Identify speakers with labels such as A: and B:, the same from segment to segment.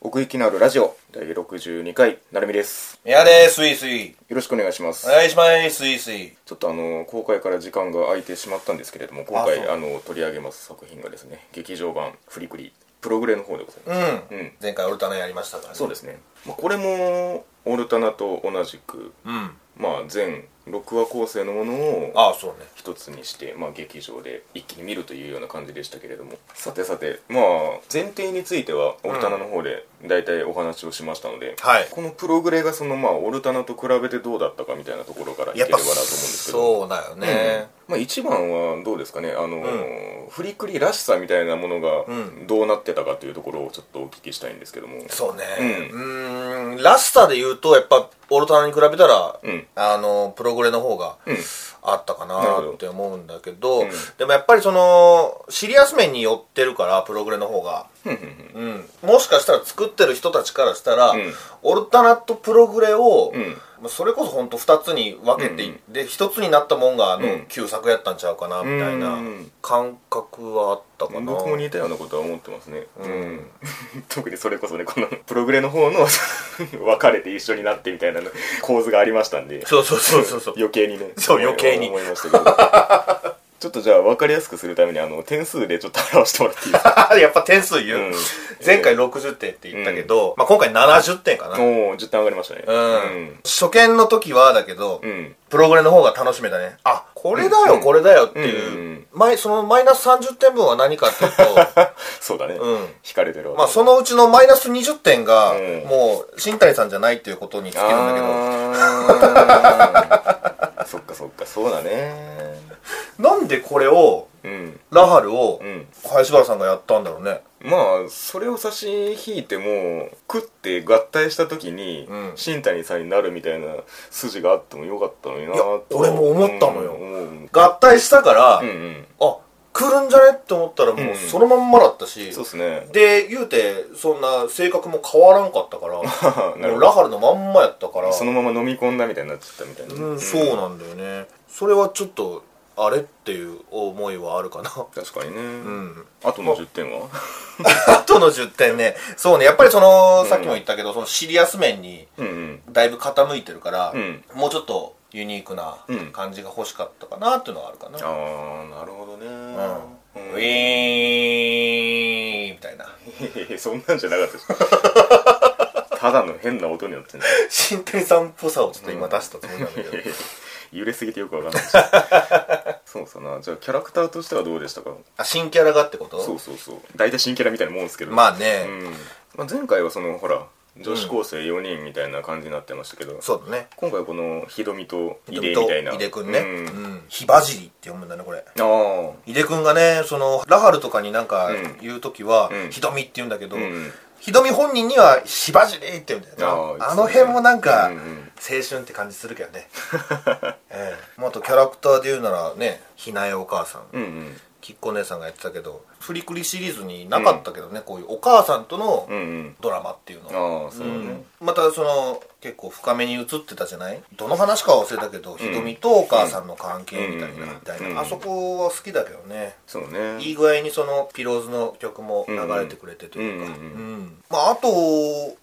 A: 奥行きのあるラジオ第62回なるみです
B: いやでーす、スイスイ。
A: よろしくお願いします
B: お願いします、スイスイ。
A: ちょっとあの公開から時間が空いてしまったんですけれども今回
B: あそう
A: あの取り上げます作品がですね劇場版「フリクリ」プログレの方でございます、
B: うん。
A: うん
B: 前回オルタナやりましたからね。
A: そうですね、まあ、これもオルタナと同じく、
B: うん。あ
A: まあ、全6話構成のものを
B: あ、そうね。
A: 一つにして、まあ、劇場で一気に見るというような感じでしたけれどもさてさてまあ前提についてはオルタナの方で大体お話をしましたので、
B: はい
A: このプログレがそのまあオルタナと比べてどうだったかみたいなところからいけ
B: やっ
A: れば
B: ぱ
A: なと思うんですけど
B: そうだよね。
A: まあ、一番はどうですかねあのー、フリクリらしさみたいなものが
B: ん
A: どうなってたかというところをちょっとお聞きしたいんですけども、
B: そうね。
A: う
B: うーん。らしさで言うと、やっぱ、オルタナに比べたら、
A: うん
B: あの、プログレの方が
A: うん
B: あったか
A: なるほ
B: な
A: ど
B: って思うんだけど、
A: ん
B: でもやっぱりその、シリアス面に寄ってるから、プログレの方が。
A: ふんふんふん
B: うん、もしかしたら作ってる人たちからしたら、
A: ん
B: オルタナとプログレを、
A: ん
B: まあそれこそ本当2つに分けていって、1つになったもんがあ
A: うん
B: の旧作やったんちゃうかなみたいな
A: うん
B: 感覚はあったかな、
A: 僕も似たようなことは思ってますね、うん 特にそれこそねこのプログレの方の 分かれて一緒になってみたいなの構図がありましたんで
B: そうそうそうそうそう
A: 余計にね
B: そう余計に
A: 思いましたけど ちょっとじゃあ分かりやすくするためにあの点数でちょっと表してもらっていい ですか
B: やっぱ点数言う、
A: うん
B: 前回60点って言ったけど、まあ、今回70点かな、う
A: お
B: ん
A: お10点上がりましたね
B: 初見の時はだけど、
A: うん、うん
B: プログレの方が楽しめたねあこれだ
A: う
B: よ
A: ん
B: これだよって
A: うんうんう
B: い
A: ん
B: う、マイそのマイナス30点分は何かっていうと
A: そうだね、
B: うん
A: 引かれてるわ
B: まあ、そのうちのマイナス20点が
A: うん、
B: もう、新谷さんじゃないっていうことに尽きるんだけど、
A: あー そっかそっかそうだね
B: なんでこれを、
A: うん
B: ラハルを
A: うん、
B: 林原さんがやったんだろうね。
A: まあそれを差し引いても食って合体した時に、
B: うん
A: 新谷さんになるみたいな筋があってもよかったのにない
B: や
A: と
B: 俺も思ったのよ
A: うん思う
B: 合体したから、
A: うんうん
B: あ、来るんじゃねって思ったら
A: んう
B: も
A: ん
B: うそのまんまだったし、
A: そうっすね
B: で、言うて、そんな性格も変わらんかったから、
A: なるほ
B: も
A: ど
B: うラハルのまんまやったから、
A: そのまま飲み込んだみたいになっちゃったみたいな、
B: うん、そうなんだよね。それはちょっと、あれっていう思いはあるかな。
A: 確かにね、
B: うん。
A: あとの10点は
B: あとの10点ね、そうね、やっぱりその、さっきも言ったけど、そのシリアス面に、
A: うんうん
B: だいぶ傾いてるから、
A: うん
B: もうちょっとユニークな
A: うん
B: 感じが欲しかったかなっていうのはあるかな、
A: ああなるほどね、
B: うん
A: うん
B: ウィーンみたいな
A: いやそんなんじゃなかったです ただの変な音になってんだ
B: 新天さんっぽさをちょっと今出したつもりなんだけど、
A: 揺れすぎてよくわかん ないですそうさなじゃあキャラクターとしてはどうでしたか
B: あ新キャラがってこと
A: そうそうそう大体新キャラみたいなもんですけど
B: まあ
A: う
B: ね、
A: んまあ、前回はそのほら女子高生4人みたいな感じになってましたけど、
B: そうだね
A: 今回はこのひどみと井出
B: 伊
A: みたいな
B: 出くんね
A: うん
B: うん火ばじりって読むんだねこれ
A: ああ
B: 井出くんがねそのラハルとかになんか
A: うん
B: 言う時は、
A: うん
B: ひどみって言うんだけど、
A: うん
B: ひどみ本人には火ばじりって言うんだよな
A: あーいいっすね
B: あの辺もなんか、
A: うんうん
B: 青春って感じするけどね、 ええまあ、あとキャラクターで言うならねひなえお母さん、
A: うんうん
B: きっこ姉さんがやってたけどフリクリシリーズになかったけどね、こういうお母さんとの
A: うんうん
B: ドラマっていうのは、
A: ああそうだね、
B: うんまたその結構深めに映ってたじゃないどの話かは忘れたけど、ひどみとお母さんの関係みたいな、
A: うん
B: みたいな、
A: うん
B: あそこは好きだけどね
A: そうね
B: いい具合にそのピローズの曲も流れてくれてというか、
A: うんうんう
B: まあ、あと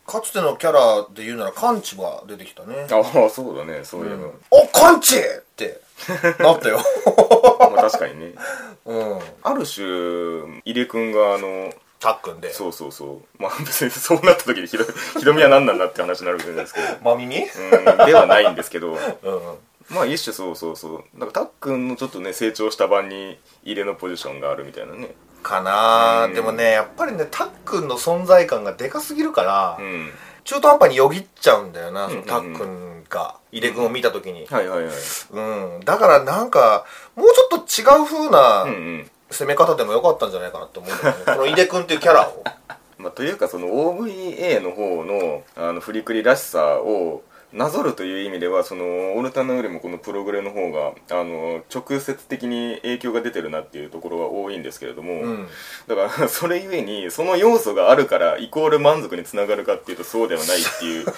B: かつてのキャラで言うならカンチは出てきたね
A: ああそうだねそういうの、
B: おカンチってなったよ、
A: まあ確かにね
B: うん、
A: ある種井出くんがあの
B: タックンで
A: そうそうそうまあ別にそうなった時にひどひどみは何なんだって話になるわけじゃないですけど
B: 真耳
A: うんではないんですけど
B: うん
A: まあ一種そうそうそうなんかたっくんのちょっとね成長した版に入れのポジションがあるみたいなね
B: かなあ
A: うん
B: でもねやっぱりねタックンの存在感がでかすぎるから、
A: うん
B: 中途半端によぎっちゃうんだよな、
A: うんうんうん
B: そのタックンが井出君を見た時に、
A: はいはいはい
B: うんだからなんかもうちょっと違う風な
A: うんうん
B: 攻め方でもよかったんじゃないかなって思うん だよね、この井出君っていうキャラを
A: まあ、というかその OVA の方のあのフリクリらしさをなぞるという意味ではそのオルタナよりもこのプログレの方があの直接的に影響が出てるなっていうところは多いんですけれども、
B: うん
A: だからそれゆえにその要素があるからイコール満足につながるかっていうとそうではないっていう
B: だ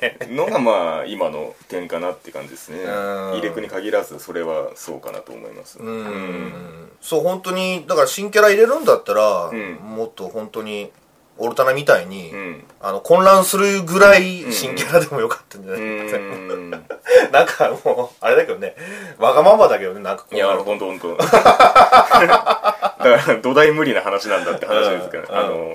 B: ね
A: のがまあ今の点かなって感じですね
B: うん
A: イレクに限らずそれはそうかなと思います
B: うん
A: うん
B: そう本当にだから新キャラ入れるんだったら、
A: ん
B: もっと本当にオルタナみたいに、
A: うん
B: あの混乱するぐらい新キャラでもよかったんじゃ な
A: う
B: い、
A: ーん
B: なんかもうあれだけどねわがままだけどねなんかこう
A: いやほんとほん とだから土台無理な話なんだって話ですから、
B: うん
A: あの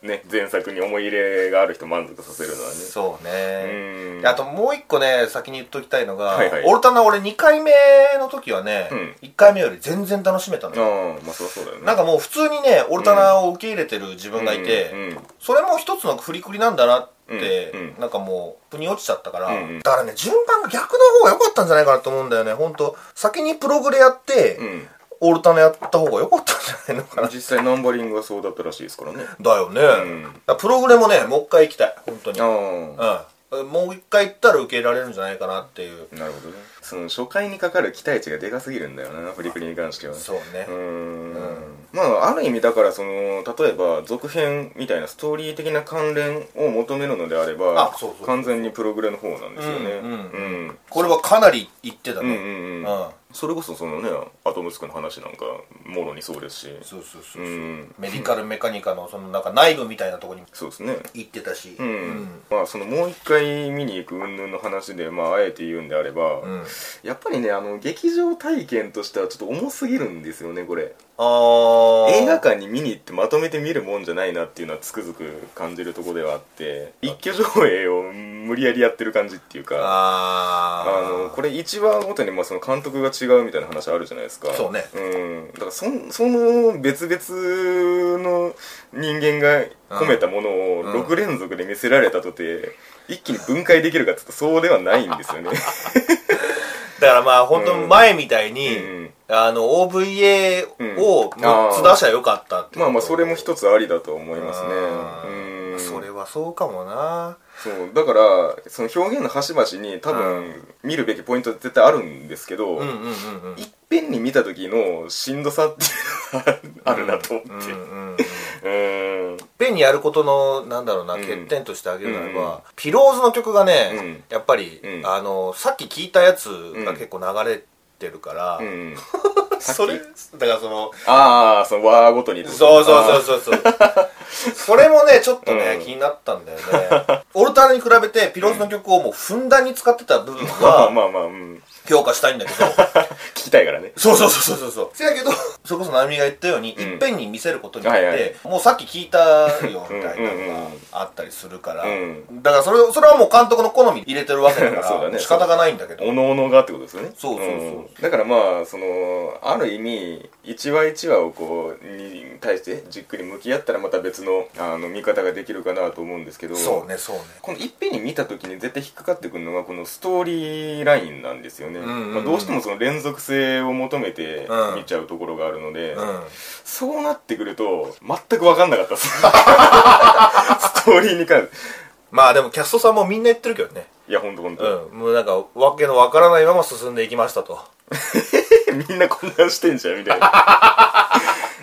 A: ね前作に思い入れがある人満足させるのはね
B: そうね
A: う。ん
B: であともう一個ね、先に言っときたいのが、
A: はいはい
B: オルタナ俺2回目の時はね、
A: うん
B: 1回目より全然楽しめたのよ。
A: ああまあそりゃそうだよね
B: なんかもう普通にね、オルタナを受け入れてる自分がいて、
A: うんうん
B: それも一つの振りくりなんだなって、
A: うんうん
B: なんかもう、腑に落ちちゃったから、
A: うんうん
B: だからね、順番が逆の方が良かったんじゃないかなと思うんだよね、ほんと。先にプログレやって、
A: うん
B: オルタナやった方が良かったんじゃないのかな。
A: 実際ナンバリングはそうだったらしいですからね
B: だよね。
A: ん
B: だからプログレもね、もう一回行きたい、本当に。
A: ああ
B: うん、もう一回行ったら受け入れられるんじゃないかなっていう
A: なるほどねその初回にかかる期待値がでかすぎるんだよなフリクリに関しては
B: そうね
A: うーんまあある意味だからその例えば続編みたいなストーリー的な関連を求めるのであれば
B: あそうそう
A: 完全にプログレの方なんですよね
B: うんうん
A: う
B: う
A: ん
B: これはかなり行ってた
A: うん
B: ね
A: う
B: うんん、
A: うんそれこそそのねアトムスクの話なんかもろにそうですし
B: そうそうそうそう、
A: うん
B: メディカルメカニカのそのなんか内部みたいなところに
A: そうですね
B: 行ってたし
A: うん、まあそのもう一回見に行く云々の話でまああえて言うんであれば、
B: うん
A: やっぱりねあの劇場体験としてはちょっと重すぎるんですよねこれ
B: あー
A: 映画館に見に行ってまとめて見るもんじゃないなっていうのはつくづく感じるとこではあって一挙上映を無理やりやってる感じっていうか
B: あ
A: あのこれ1話ごとにまあその監督が違うみたいな話あるじゃないですか
B: そうね
A: うんだからそんその別々の人間が込めたものを
B: うん
A: 6連続で見せられたとて一気に分解できるかって言うとそうではないんですよね
B: だからまあ本当
A: うん
B: 前みたいに、
A: うん
B: あの OVA を
A: うん
B: 6つ出しゃよかったって
A: まあまあそれも
B: つ
A: 一つありだと思い
B: あり
A: ますねうん
B: それはそうかもな
A: そうだからその表現の端々に多
B: う
A: 分見るべきポイント絶対あるんですけど、
B: うんうんうんうん
A: いっぺんに見た時のしんどさっていうのはあるなと思って
B: うんうんうん
A: うんうん
B: ペンにやることのなんだろうな、
A: うん
B: 欠点として挙げるならば、
A: うん
B: ピローズの曲がね、
A: うん
B: やっぱり、
A: うん
B: あのさっき聞いたやつが結構流れてるから、
A: う ん
B: それだからその
A: ああその和ごとに
B: そうそうそうそ うそうそれもねちょっとね、
A: うん
B: 気になったんだよね オルタナに比べてピローズの曲をもうふんだんに使ってた部分
A: まあま
B: は
A: あまあ、うん、
B: 評価したいんだけど
A: 聞きたいからね
B: そうそうそうそうそうせやけどそれこそナミが言ったように、
A: うん
B: いっぺんに見せることによっ
A: はいはい
B: て、もうさっき聞いたよみたいなのがあったりするから、
A: う
B: だからそれをそれはもう監督の好みに入れてるわけだか
A: そうだ
B: ら、
A: ね
B: 仕方がないんだけど
A: おのおのがってことですよね
B: そうそうそう
A: うんだからまあそのある意味一話一話をこうに対してじっくり向き合ったらまた別のあの見方ができるかなと思うんですけど
B: そうねそうね
A: このいっぺんに見た時に絶対引っかかってくるのがこのストーリーラインなんですよね、
B: んうんうん
A: まあ、どうしてもその連続性を求めて
B: うん
A: 見ちゃうところがあるので、
B: うん
A: そうなってくると全く分かんなかったですストーリーに関して
B: まあでもキャストさんもみんな言ってるけどね
A: いやほんとほんと、
B: うんもうなんかわけのわからないまま進んでいきましたと
A: みんな混乱してんじゃんみたいな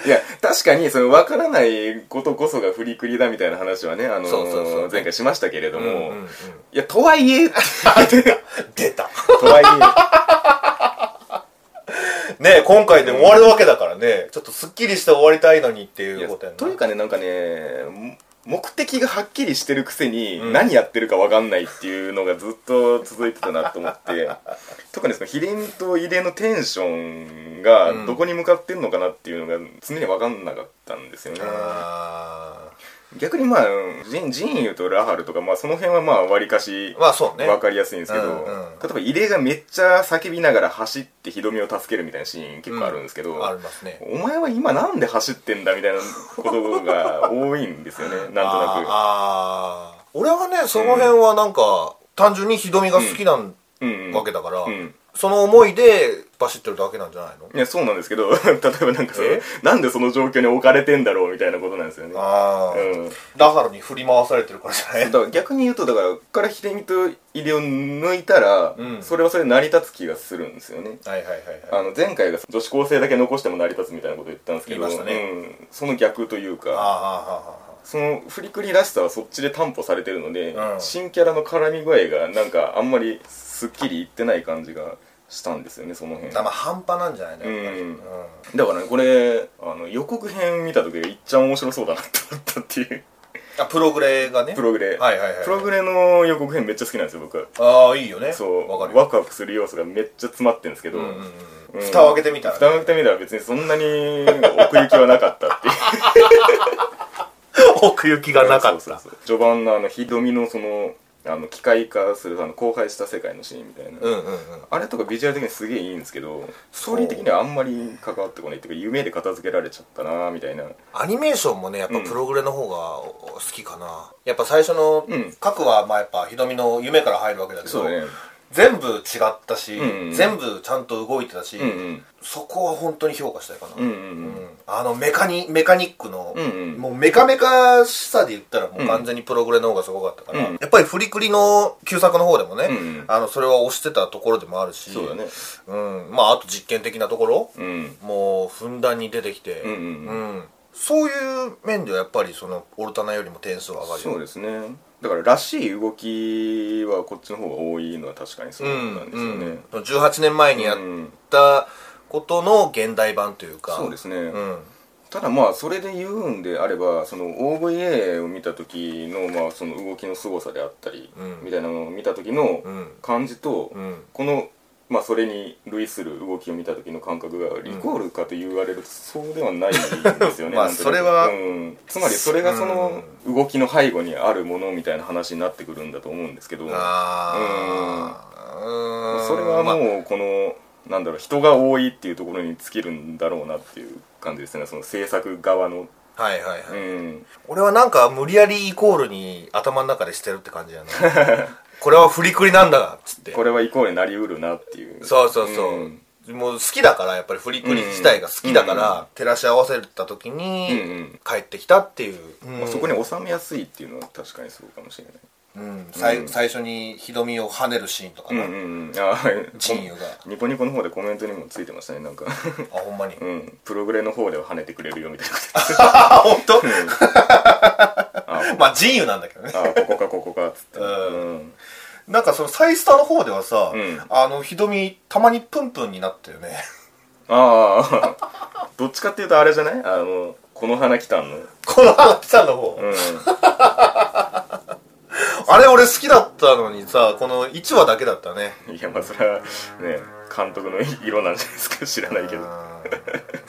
A: いや確かにその分からないことこそが振りくりだみたいな話はね、あのー
B: そうそうそう
A: 前回しましたけれども、
B: うんうんうん
A: いやとはいえ
B: 出た
A: とは
B: ね今回で終わるわけだからねちょっとすっきりして終わりたいのにって
A: えい
B: いう
A: や
B: ことやんな
A: というかねなんかねも目的がはっきりしてるくせに、
B: ん
A: 何やってるか分かんないっていうのがずっと続いてたなと思って 特にその秘伝と異例のテンション
B: う
A: が
B: ん
A: どこに向かってんのかなっていうのが常に分かんなかったんですよね。
B: あ
A: 逆にまあジンジンユとラハルとか、まあ、その辺はまあ割かし
B: ーまあそうね
A: 分かりやすいんですけど、
B: うんうん
A: 例えば入江がめっちゃ叫びながら走ってひどみを助けるみたいなシーン結構あるんですけど、
B: ありますね
A: お前は今なんで走ってんだみたいなことが多いんです よねなんとな
B: あーあー俺はねその辺はなんか、単純にひどみが好きなん
A: く、うんうん
B: わけだから、
A: うん
B: その思いでバシってるだけなんじゃないの
A: いやそうなんですけど 例えばなんかその
B: え
A: なんでその状況に置かれてんだろうみたいなことなんですよね
B: ああ、
A: うん
B: ラハルに振り回されてるからじゃない
A: だから逆に言うとだからここから秀美と入江を抜いたら、
B: うん
A: それはそれで成り立つ気がするんですよね
B: はいはいはいはい
A: あの前回が女子高生だけ残しても成り立つみたいなこと言ったんですけど
B: 言いましたね
A: うん、その逆という
B: ああ
A: か
B: あ
A: そのフリクリらしさはそっちで担保されてるので、
B: うん
A: 新キャラの絡み具合がなんかあんまりすっきりいってない感じがしたんですよねその辺
B: あああまあ半端なんじゃないのやっぱり
A: うん
B: うん
A: だからねこれあの予告編見た時がいっちゃん面白そうだなって思ったっていう
B: あプログレがね
A: プログレ、
B: はいはいはい
A: プログレの予告編めっちゃ好きなんですよ僕
B: ああいいよね
A: そう
B: わかるよ
A: ワクワクする要素がめっちゃ詰まってるんですけど、
B: うんうんうん
A: うん
B: 蓋を開けてみたら
A: 蓋を開けてみたら別にそんなに奥行きはなかったっ ていう
B: 奥行きがなかっ
A: そう
B: た
A: そうそう序盤のあのひどみのそのあの機械化するあの荒廃した世界のシーンみたいな、
B: うんうんうん
A: あれとかビジュアル的にすげえいいんですけどスト
B: そう
A: ーリー的にはあんまり関わってこないっていうか夢で片付けられちゃったなみたいな
B: アニメーションもねやっぱ
A: うん
B: プログレの方がお好きかなやっぱ最初の
A: うん
B: 各話まあやっぱひどみの夢から入るわけだけど
A: そうね
B: 全部違ったし
A: うんうん
B: 全部ちゃんと動いてたし
A: うんうん
B: そこは本当に評価したいかな
A: うんうんうん
B: あのメカニメカニックの、
A: うんうん
B: もうメカメカしさで言ったらもう完全にプログレの方がすごかったから、
A: うん
B: やっぱりフリクリの旧作の方でもね、
A: うんうん
B: あのそれは推してたところでもあるし
A: そうだね
B: うん、まああと実験的なところ、
A: うん
B: もうふんだんに出てきて、
A: うんうんう
B: うんそういう面ではやっぱりそのオルタナよりも点数は上がるよ
A: そうですねだかららしい動きはこっちの方が多いのは確かにそう
B: う
A: なんですよ
B: ん
A: ね、
B: うんその18年前にやったことの現代版というか、
A: そうですね、
B: うん
A: ただまあそれで言うんであればその OVA を見た時のまあその動きの凄さであったり、
B: うん
A: みたいなのを見た時の
B: うん
A: 感じと、
B: うん
A: このまあそれに類する動きを見た時の感覚がイコールかと言われるとそうではないんですよね
B: まあ
A: なんとなく
B: それは
A: うん、つまりそれがその動きの背後にあるものみたいな話になってくるんだと思うんですけど
B: ああ、う
A: それは
B: まあ
A: もうこの、なんだろう人が多いっていうところに尽きるんだろうなっていう感じですねその制作側の
B: はいはいはい、
A: うん
B: 俺はなんか無理やりイコールに頭の中でしてるって感じや なこれは振りくりなんだっつって
A: これはイコールになりうるなっていう
B: そうそうそう、
A: うん
B: もう好きだからやっぱり振りくり自体が好きだから、
A: うん
B: 照らし合わせた時
A: うん
B: に
A: うん
B: 帰ってきたっていう、うん
A: まあ、そこに収めやすいっていうのは確かにそうかもしれない
B: うんさい最初にひどみを跳ねるシーンとか
A: う
B: な、
A: んうんうんあはい
B: 陣由が
A: ニコニコの方でコメントにもついてましたねなんか
B: あほんまに、
A: うんプログレの方では跳ねてくれるよみたいなこと
B: あ本当
A: 言ってあ
B: まあ陣由なんだけど ね
A: あここかここかっつって
B: うんなんかそのサイスタの方ではさ、
A: うん
B: あのひどみたまにプンプンになったよね
A: ああどっちかっていうとあれじゃないあのこの花来たんの
B: この話さんの方、
A: うん
B: あれ俺好きだったのにさ、この1話だけだったね。
A: いやまあそれはね監督の色なんじゃないですか知らないけど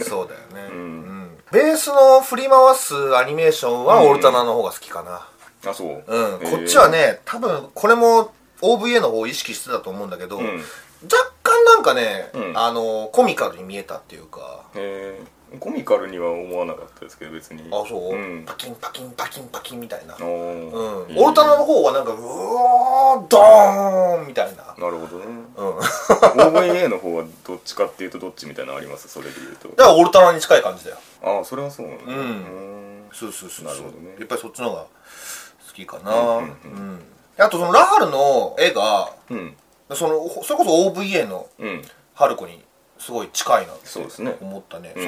B: そうだよね、
A: ん
B: うんベースの振り回すアニメーションはオルタナの方が好きかな。
A: あそう
B: うん、
A: へえ
B: こっちはね、多分これも OVA の方を意識してたと思うんだけど、
A: うんへ
B: 若干なんかね、
A: うん
B: あの、コミカルに見えたっていうか、
A: えコミカルには思わなかったですけど別に
B: あ、そう、
A: うん
B: パキンパキンパキンパキンみたいな。う
A: あ
B: ん、
A: ーいいね
B: オルタナの方はなんか、うおー、ドーンみたいな。
A: なるほどね
B: うん。
A: OVA の方はどっちかっていうとどっちみたいなのありますそれで言うと
B: だからオルタナに近い感じだよ。
A: ああそれはそうなんだ
B: うん
A: うん
B: そうそうそう
A: なるほどね
B: やっぱりそっちの方が好きかな
A: う
B: うんん、あとそのラハルの絵が
A: うん
B: そのほそれこそ OVA の
A: うん
B: ハルコにすごい近いなって
A: そうですね
B: 思ったね、
A: うん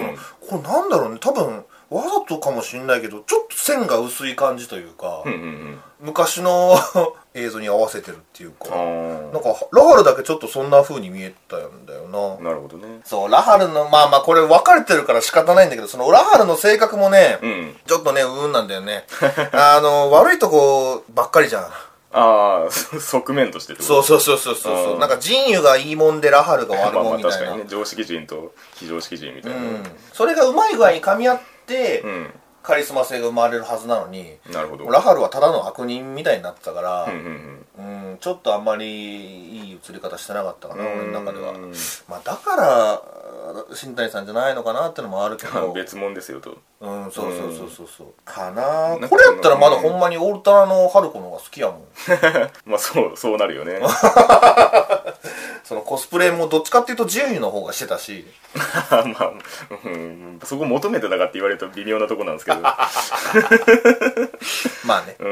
B: そのこれなんだろうね多分わざとかもしんないけどちょっと線が薄い感じというか、
A: うんうんうん
B: 昔の 映像に合わせてるっていう
A: あ
B: かなん
A: ー
B: かラハルだけちょっとそんな風に見えたんだよな
A: なるほどね
B: そうラハルのまあまあこれ分かれてるから仕方ないんだけどそのラハルの性格もね、
A: うん
B: ちょっとね、うーんなんだよね。 あの、悪いとこばっかりじゃん。
A: ああそ側面としてってこと
B: そうそうそうそうそうう。
A: ん
B: なんか、陣由がいいもんで、ラハルが悪
A: まあま
B: もん
A: あ
B: み
A: 確
B: たい
A: か
B: な。
A: にね常識人と非常識人みたいな
B: うん。それがうまい具合に噛み合って、
A: うん、
B: カリスマ性が生まれるはずなのに、
A: なるほど
B: ラハルはただの悪人みたいになってたから、
A: うんうん
B: うん、ちょっとあんまりいい映り方してなかったかな、
A: うん
B: 俺の中では
A: うん。
B: まあ、だから、新谷さんじゃないのかなってのもあるけ
A: うん
B: ど、
A: 別物ですよと
B: うん、そうそうそうそうそう。か
A: な
B: なん
A: か
B: これやったらまだほんまにオルタナのハルコの方が好きやもん。
A: まあそうそうなるよね
B: そのコスプレもどっちかっていうと自由の方がしてたし、
A: まあ、うん、そこ求めてたかって言われると微妙なとこなんですけ ど
B: まあね。
A: う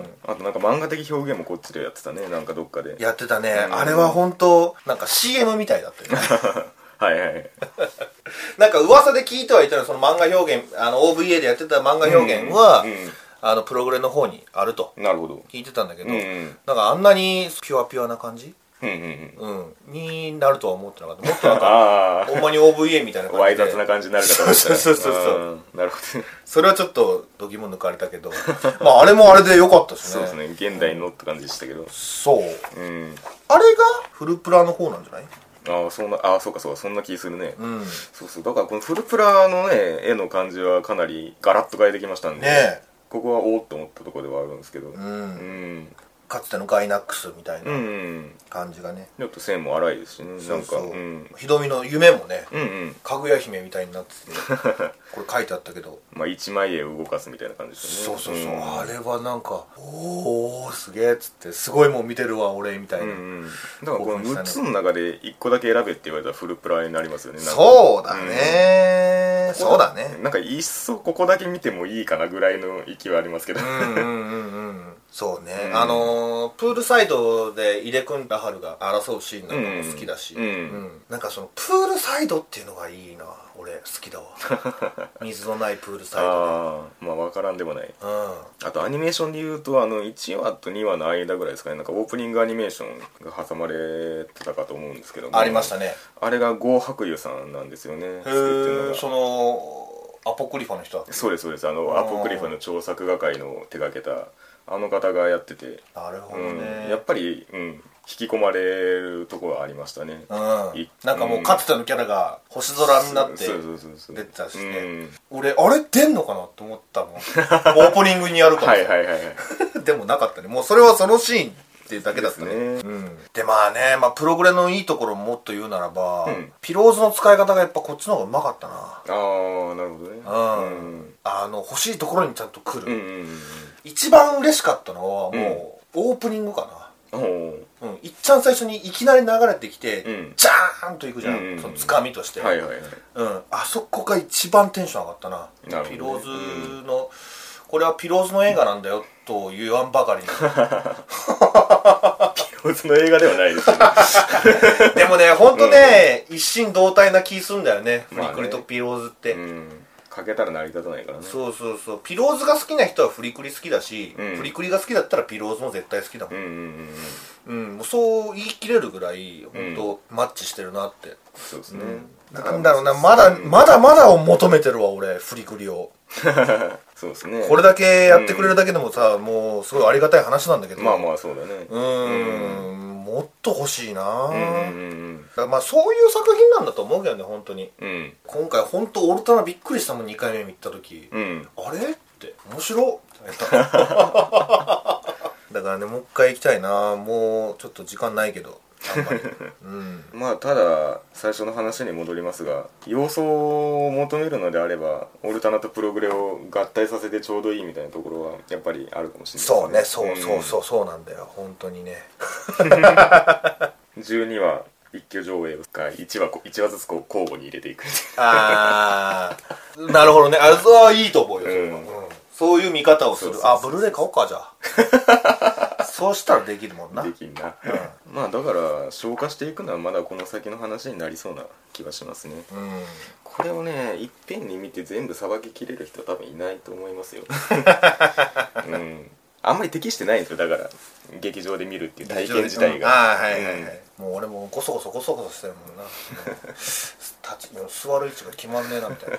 A: んあとなんか漫画的表現もこっちでやってたねなんかどっかで
B: やってたね。
A: うん
B: あれは本当なんか CM みたいだったよね。
A: はいはい
B: なんか噂で聞いてはいたの、その漫画表現、あの OVA でやってた漫画表現は、
A: うん
B: あのプログレの方にあると
A: うんなるほど
B: 聞いてたんだけど、
A: うん
B: なんかあんなにピュアピュアな感じ
A: うんうんうん
B: うん、になるとは思ってなかったもっとな んか
A: あ
B: ほんまに OVA みたいな
A: あわ
B: 感
A: い
B: じで
A: 雑な感じになるかと思ったら
B: そうそうそうそう
A: うんなるほどね
B: それはちょっと度肝抜かれたけど まああれもあれで良かったしね
A: そうですね現代のって感じでしたけど
B: そう
A: うん
B: あれがフルプラの方なんじゃない
A: ああそんなああそうかそうかそんな気するね
B: うんね
A: そうそうだからこのフルプラのね絵の感じはかなりガラッと変えてきましたんで
B: え
A: ここはおおって思ったところではあるんですけどう
B: うん
A: うんん
B: かつてのガイナックスみたい
A: うんう
B: なん感じがね、
A: ちょっと線も荒いですしねなんか
B: そう
A: う
B: そうんひどみの夢もね
A: うんうん
B: かぐや姫みたいになって てこれ書いてあったけど
A: まあ一枚絵を動かすみたいな感じですよ
B: そう
A: ね
B: そうそう、
A: ん
B: あれはなんかおーすげえっつってすごいもん見てるわ俺みたいな、
A: うんうん、だからこ
B: 興
A: の
B: 奮したね
A: 6つの中で1個だけ選べって言われたらフルプラになりますよねなんか
B: そうだね、そうだね
A: なんかいっそここだけ見てもいいかなぐらいの勢いはありますけど、
B: うんうんうんうんそうね、
A: うん
B: あのープールサイドで井出君と春が争うシーンなんかも好きだし、
A: うんうん
B: なんかそのプールサイドっていうのがいいな俺好 きだわ水のないプールサイド
A: ああまあ分からんでもない
B: でうん
A: あとアニメーションで言うとあの1話と2話の間ぐらいですかねなんかオープニングアニメーションが挟まれてたかと思うんですけども
B: ありましたね
A: あれが郷白湯さんなんですよね
B: へ
A: 作ってるの
B: え
A: が
B: そのアポクリファの人だ
A: そうですそうですあの
B: あー
A: アポクリファの超作画会の手掛けたあの方がやってて
B: なるほど
A: うん
B: ね、
A: やっぱり、うん、引き込まれるところはありましたね
B: うん
A: い、
B: なんかもうかつてのキャラが星空になって
A: そうそうそうそう
B: 出てたしね
A: うん
B: 俺あれ出んのかなと思ったもんオープニングにやるから
A: はいはいはいはい
B: でもなかったねもうそれはそのシーンっていうだけだったね
A: ですね
B: うん、でまあね、まあ、プログレのいいところももっと言うならば、
A: うん
B: ピローズの使い方がやっぱこっちの方がうまかったな
A: ああなるほどね
B: うん、
A: うん
B: あの欲しいところにちゃんと来
A: う
B: る、
A: んうん
B: 一番嬉しかったのはもう、オープニングかな
A: うんお
B: うん、いっちゃん最初にいきなり流れてきて、
A: うん
B: ジャーンといくじゃ
A: う
B: ん、
A: んうんうん
B: そのつかみとして、
A: ーはいはいはい
B: うん、あそこが一番テンション上がったな
A: なるほどね
B: ピローズの、これはピローズの映画なんだよと言わんば かりに
A: 共通の映画ではないですけど
B: でもねほんとね、一心同体な気すんだよね、
A: まあね
B: フリクリとピローズって、
A: うんかけたら成り立たないからね
B: そうそうそうピローズが好きな人はフリクリ好きだし、
A: うん
B: フリクリが好きだったらピローズも絶対好きだもん
A: う、んうんうんうん
B: うんもうそう言い切れるぐらい本当、マッチしてるなって
A: そうですね
B: なんだろうなまだまだまだを求めてるわ俺フリクリを
A: そうですね
B: これだけやってくれるだけでもさ、もうすごいありがたい話なんだけど
A: まあまあそうだね
B: うーんもっと欲しいな
A: う
B: ぁ、
A: んうん
B: だからまあそういう作品なんだと思うけどね本当に
A: うんうん
B: 今回本当オルタナびっくりしたもん2回目見た時、
A: うん
B: あれって面白っみたいな だからねもう一回行きたいなぁもうちょっと時間ないけど あんまりうん
A: まあただ最初の話に戻りますが要素を求めるのであればオルタナとプログレを合体させてちょうどいいみたいなところはやっぱりあるかもしれ
B: そう
A: ない
B: ね
A: です
B: そうそう
A: う
B: そうそうなんだよ本当にね
A: ん12話一挙上映が1話こ一話ずつこう交互に入れていく
B: ああなるほどねあれはいいと思うよ、
A: うん
B: うんそういう見方をする
A: そうそうそう
B: あブルーレイ買おうかじゃ あそうしたらできるもんな
A: できんなまあだから消化していくのはまだこの先の話になりそうな気はしますね
B: うん
A: これをねいっぺんに見て全部さばききれる人は多分いないと思います よ、うん、あんまり適してないんですよだから劇場で見るっていう体験自体が
B: あーはいはいは
A: うん
B: い、もう俺もゴソゴソゴソゴソしてるも んな立ち座る位置が決まんねえな みたいな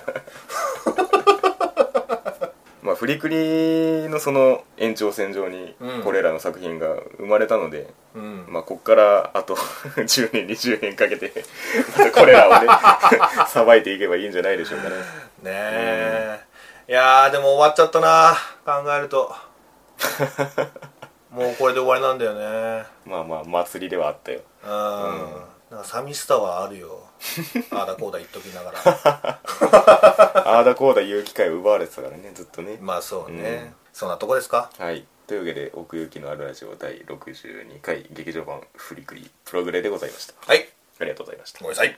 A: まあ、フリクリのその延長線上に
B: うん
A: これらの作品が生まれたので、
B: うん
A: まあ、こっからあと 10年20年かけてまたこれらをね さばいていけばいいんじゃないでしょうかね
B: ねえ、いやーでも終わっちゃったな考え るともうこれで終わりなんだよね
A: まあまあ祭りではあったよ
B: うん、なんか寂しさはあるよああだこうだ言っときながら
A: ああだこうだ言う機会を奪われてたからねずっとね
B: まあそうね、
A: うん
B: そんなとこですか
A: はいというわけで奥行きのあるラジオ第62回劇場版フリクリプログレでございました
B: はい
A: ありがとうございました
B: ごめんなさい